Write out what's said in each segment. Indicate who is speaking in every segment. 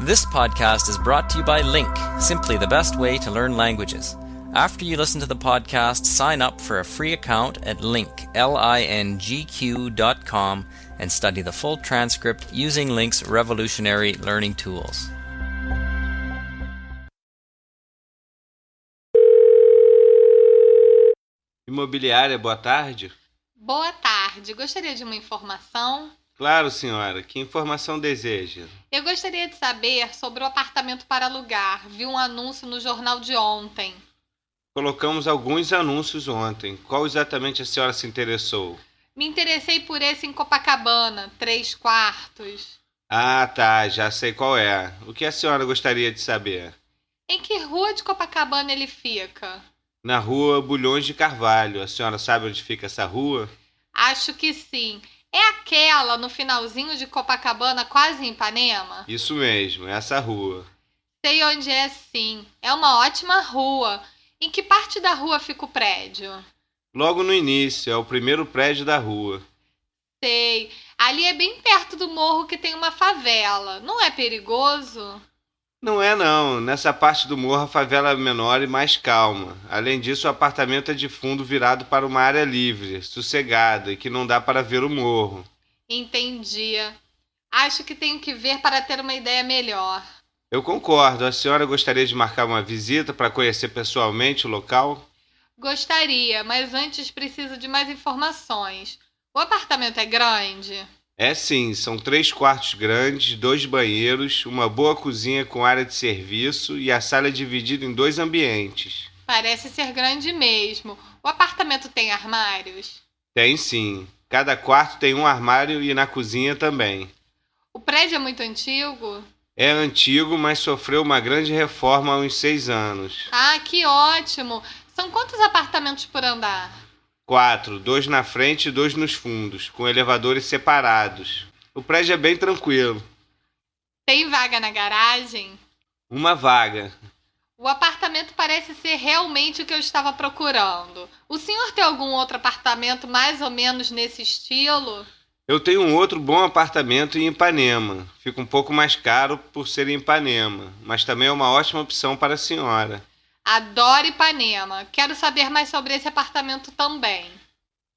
Speaker 1: This podcast is brought to you by Link, simply the best way to learn languages. After you listen to the podcast, sign up for a free account at link, L-I-N-G-Q dot com and study the full transcript using Link's revolutionary learning tools.
Speaker 2: Imobiliária, boa tarde.
Speaker 3: Boa tarde. Gostaria de uma informação?
Speaker 2: Claro, senhora. Que informação deseja?
Speaker 3: Eu gostaria de saber sobre o apartamento para alugar. Vi um anúncio no jornal de ontem.
Speaker 2: Colocamos alguns anúncios ontem. Qual exatamente a senhora se interessou?
Speaker 3: Me interessei por esse em Copacabana, três quartos.
Speaker 2: Ah, tá. Já sei qual é. O que a senhora gostaria de saber?
Speaker 3: Em que rua de Copacabana ele fica?
Speaker 2: Na rua Bulhões de Carvalho. A senhora sabe onde fica essa rua?
Speaker 3: Acho que sim. É aquela no finalzinho de Copacabana, quase em Ipanema?
Speaker 2: Isso mesmo, essa rua.
Speaker 3: Sei onde é sim. É uma ótima rua. Em que parte da rua fica o prédio?
Speaker 2: Logo no início, é o primeiro prédio da rua.
Speaker 3: Sei. Ali é bem perto do morro que tem uma favela. Não é perigoso?
Speaker 2: Não é não. Nessa parte do morro a favela é menor e mais calma. Além disso, o apartamento é de fundo virado para uma área livre, sossegada e que não dá para ver o morro.
Speaker 3: Entendi. Acho que tenho que ver para ter uma ideia melhor.
Speaker 2: Eu concordo. A senhora gostaria de marcar uma visita para conhecer pessoalmente o local?
Speaker 3: Gostaria, mas antes preciso de mais informações. O apartamento é grande?
Speaker 2: É sim, são três quartos grandes, dois banheiros, uma boa cozinha com área de serviço e a sala é dividida em dois ambientes.
Speaker 3: Parece ser grande mesmo. O apartamento tem armários?
Speaker 2: Tem sim. Cada quarto tem um armário e na cozinha também.
Speaker 3: O prédio é muito antigo?
Speaker 2: É antigo, mas sofreu uma grande reforma há uns seis anos.
Speaker 3: Ah, que ótimo! São quantos apartamentos por andar?
Speaker 2: Quatro, dois na frente e dois nos fundos, com elevadores separados. O prédio é bem tranquilo.
Speaker 3: Tem vaga na garagem?
Speaker 2: Uma vaga.
Speaker 3: O apartamento parece ser realmente o que eu estava procurando. O senhor tem algum outro apartamento mais ou menos nesse estilo?
Speaker 2: Eu tenho um outro bom apartamento em Ipanema. Fica um pouco mais caro por ser em Ipanema, mas também é uma ótima opção para a senhora.
Speaker 3: Adoro Ipanema. Quero saber mais sobre esse apartamento também.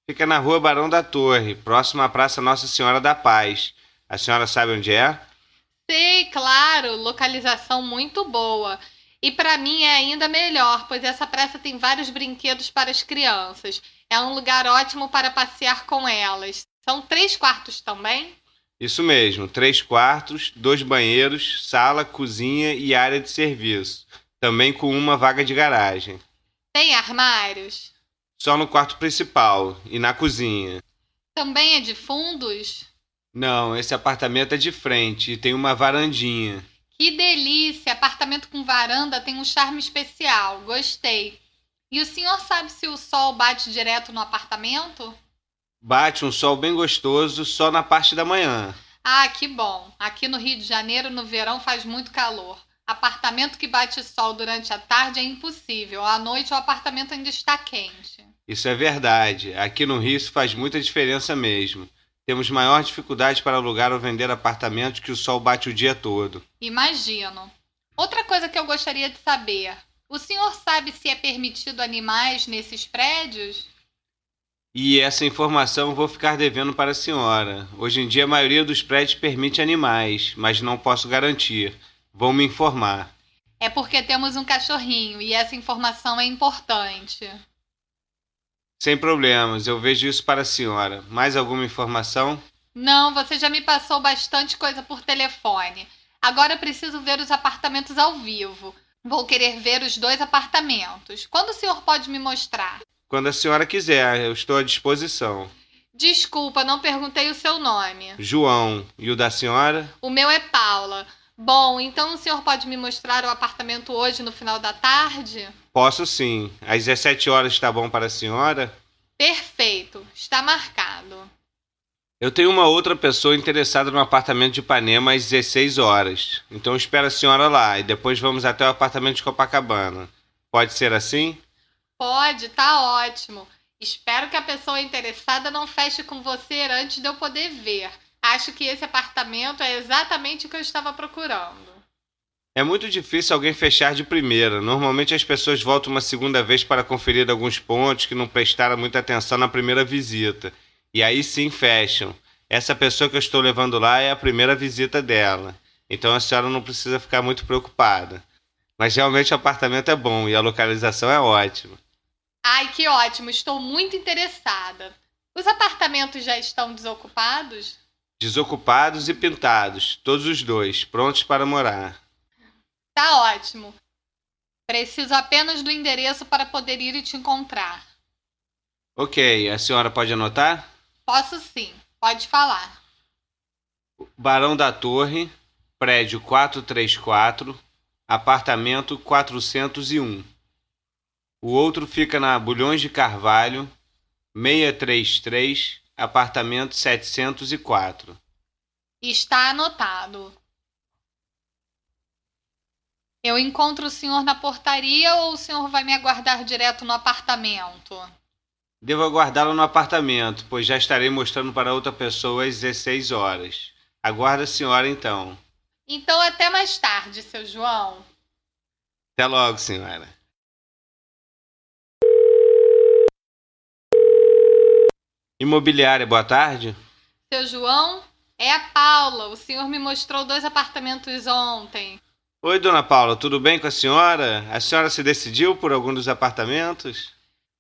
Speaker 2: Fica na rua Barão da Torre, próximo à Praça Nossa Senhora da Paz. A senhora sabe onde é?
Speaker 3: Sei, claro, localização muito boa. E para mim é ainda melhor, pois essa praça tem vários brinquedos para as crianças. É um lugar ótimo para passear com elas. São três quartos também?
Speaker 2: Isso mesmo, três quartos, dois banheiros, sala, cozinha e área de serviço. Também com uma vaga de garagem.
Speaker 3: Tem armários?
Speaker 2: Só no quarto principal e na cozinha.
Speaker 3: Também é de fundos?
Speaker 2: Não, esse apartamento é de frente e tem uma varandinha.
Speaker 3: Que delícia! Apartamento com varanda tem um charme especial. Gostei. E o senhor sabe se o sol bate direto no apartamento?
Speaker 2: Bate um sol bem gostoso só na parte da manhã.
Speaker 3: Ah, que bom! Aqui no Rio de Janeiro, no verão, faz muito calor. Apartamento que bate sol durante a tarde é impossível. À noite, o apartamento ainda está quente.
Speaker 2: Isso é verdade. Aqui no Rio isso faz muita diferença mesmo. Temos maior dificuldade para alugar ou vender apartamentos que o sol bate o dia todo.
Speaker 3: Imagino. Outra coisa que eu gostaria de saber: o senhor sabe se é permitido animais nesses prédios?
Speaker 2: E essa informação eu vou ficar devendo para a senhora. Hoje em dia a maioria dos prédios permite animais, mas não posso garantir. Vão me informar.
Speaker 3: É porque temos um cachorrinho e essa informação é importante.
Speaker 2: Sem problemas, eu vejo isso para a senhora. Mais alguma informação?
Speaker 3: Não, você já me passou bastante coisa por telefone. Agora preciso ver os apartamentos ao vivo. Vou querer ver os dois apartamentos. Quando o senhor pode me mostrar?
Speaker 2: Quando a senhora quiser, eu estou à disposição.
Speaker 3: Desculpa, não perguntei o seu nome.
Speaker 2: João, e o da senhora?
Speaker 3: O meu é Paula. Bom, então o senhor pode me mostrar o apartamento hoje no final da tarde?
Speaker 2: Posso sim. Às 17 horas está bom para a senhora?
Speaker 3: Perfeito, está marcado.
Speaker 2: Eu tenho uma outra pessoa interessada no apartamento de Ipanema às 16 horas. Então espero a senhora lá e depois vamos até o apartamento de Copacabana. Pode ser assim?
Speaker 3: Pode, tá ótimo. Espero que a pessoa interessada não feche com você antes de eu poder ver. Acho que esse apartamento é exatamente o que eu estava procurando.
Speaker 2: É muito difícil alguém fechar de primeira. Normalmente as pessoas voltam uma segunda vez para conferir alguns pontos que não prestaram muita atenção na primeira visita. E aí sim fecham. Essa pessoa que eu estou levando lá é a primeira visita dela. Então a senhora não precisa ficar muito preocupada. Mas realmente o apartamento é bom e a localização é ótima.
Speaker 3: Ai, que ótimo, estou muito interessada. Os apartamentos já estão desocupados?
Speaker 2: Desocupados e pintados, todos os dois, prontos para morar.
Speaker 3: Tá ótimo. Preciso apenas do endereço para poder ir e te encontrar.
Speaker 2: Ok, a senhora pode anotar?
Speaker 3: Posso sim, pode falar.
Speaker 2: Barão da Torre, prédio 434, apartamento 401. O outro fica na Bulhões de Carvalho, 633, apartamento 704.
Speaker 3: Está anotado. Eu encontro o senhor na portaria ou o senhor vai me aguardar direto no apartamento?
Speaker 2: Devo aguardá-lo no apartamento, pois já estarei mostrando para outra pessoa às 16 horas. Aguarda a senhora então.
Speaker 3: Então até mais tarde, seu João.
Speaker 2: Até logo, senhora. Imobiliária, boa tarde.
Speaker 3: Seu João? É a Paula. O senhor me mostrou dois apartamentos ontem.
Speaker 2: Oi, dona Paula, tudo bem com a senhora? A senhora se decidiu por algum dos apartamentos?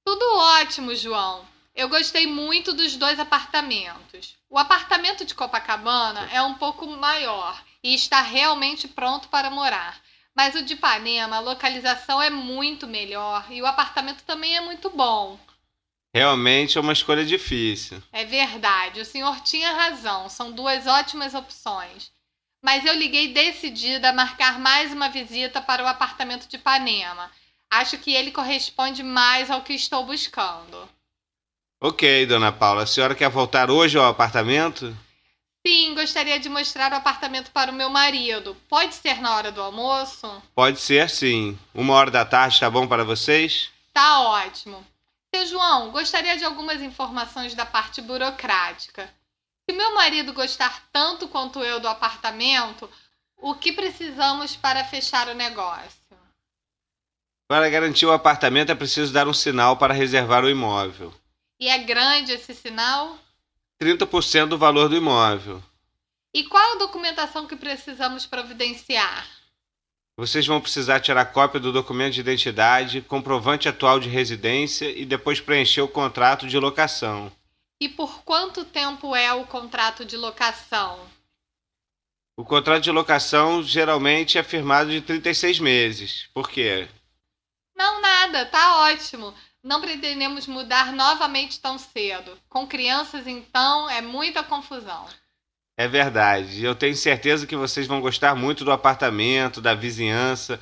Speaker 3: Tudo ótimo, João. Eu gostei muito dos dois apartamentos. O apartamento de Copacabana é um pouco maior e está realmente pronto para morar. Mas o de Ipanema, a localização é muito melhor e o apartamento também é muito bom.
Speaker 2: Realmente é uma escolha difícil.
Speaker 3: É verdade, o senhor tinha razão, são duas ótimas opções. Mas eu liguei decidida a marcar mais uma visita para o apartamento de Ipanema. Acho que ele corresponde mais ao que estou buscando.
Speaker 2: Ok, dona Paula, a senhora quer voltar hoje ao apartamento?
Speaker 3: Sim, gostaria de mostrar o apartamento para o meu marido. Pode ser na hora do almoço?
Speaker 2: Pode ser, sim. Uma hora da tarde tá bom para vocês?
Speaker 3: Tá ótimo. Seu João, gostaria de algumas informações da parte burocrática. Se meu marido gostar tanto quanto eu do apartamento, o que precisamos para fechar o negócio?
Speaker 2: Para garantir o apartamento é preciso dar um sinal para reservar o imóvel.
Speaker 3: E é grande esse sinal?
Speaker 2: 30% do valor do imóvel.
Speaker 3: E qual a documentação que precisamos providenciar?
Speaker 2: Vocês vão precisar tirar cópia do documento de identidade, comprovante atual de residência e depois preencher o contrato de locação.
Speaker 3: E por quanto tempo é o contrato de locação?
Speaker 2: O contrato de locação geralmente é firmado de 36 meses. Por quê?
Speaker 3: Não, nada, tá ótimo. Não pretendemos mudar novamente tão cedo. Com crianças, então, é muita confusão.
Speaker 2: É verdade. Eu tenho certeza que vocês vão gostar muito do apartamento, da vizinhança.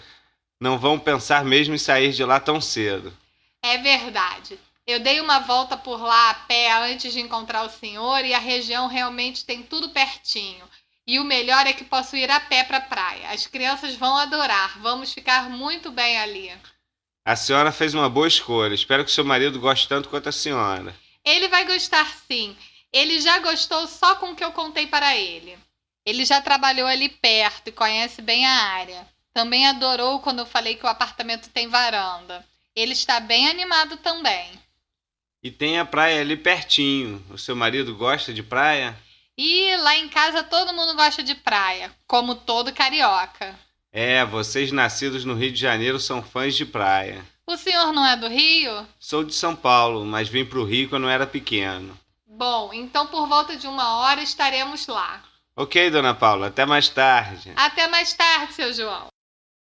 Speaker 2: Não vão pensar mesmo em sair de lá tão cedo.
Speaker 3: É verdade. Eu dei uma volta por lá a pé antes de encontrar o senhor e a região realmente tem tudo pertinho. E o melhor é que posso ir a pé para a praia. As crianças vão adorar. Vamos ficar muito bem ali.
Speaker 2: A senhora fez uma boa escolha. Espero que seu marido goste tanto quanto a senhora.
Speaker 3: Ele vai gostar sim. Ele já gostou só com o que eu contei para ele. Ele já trabalhou ali perto e conhece bem a área. Também adorou quando eu falei que o apartamento tem varanda. Ele está bem animado também.
Speaker 2: E tem a praia ali pertinho. O seu marido gosta de praia?
Speaker 3: E lá em casa todo mundo gosta de praia, como todo carioca.
Speaker 2: É, vocês nascidos no Rio de Janeiro são fãs de praia.
Speaker 3: O senhor não é do Rio?
Speaker 2: Sou de São Paulo, mas vim pro Rio quando era pequeno.
Speaker 3: Bom, então por volta de uma hora estaremos lá.
Speaker 2: Ok, dona Paula, até mais tarde.
Speaker 3: Até mais tarde, seu João.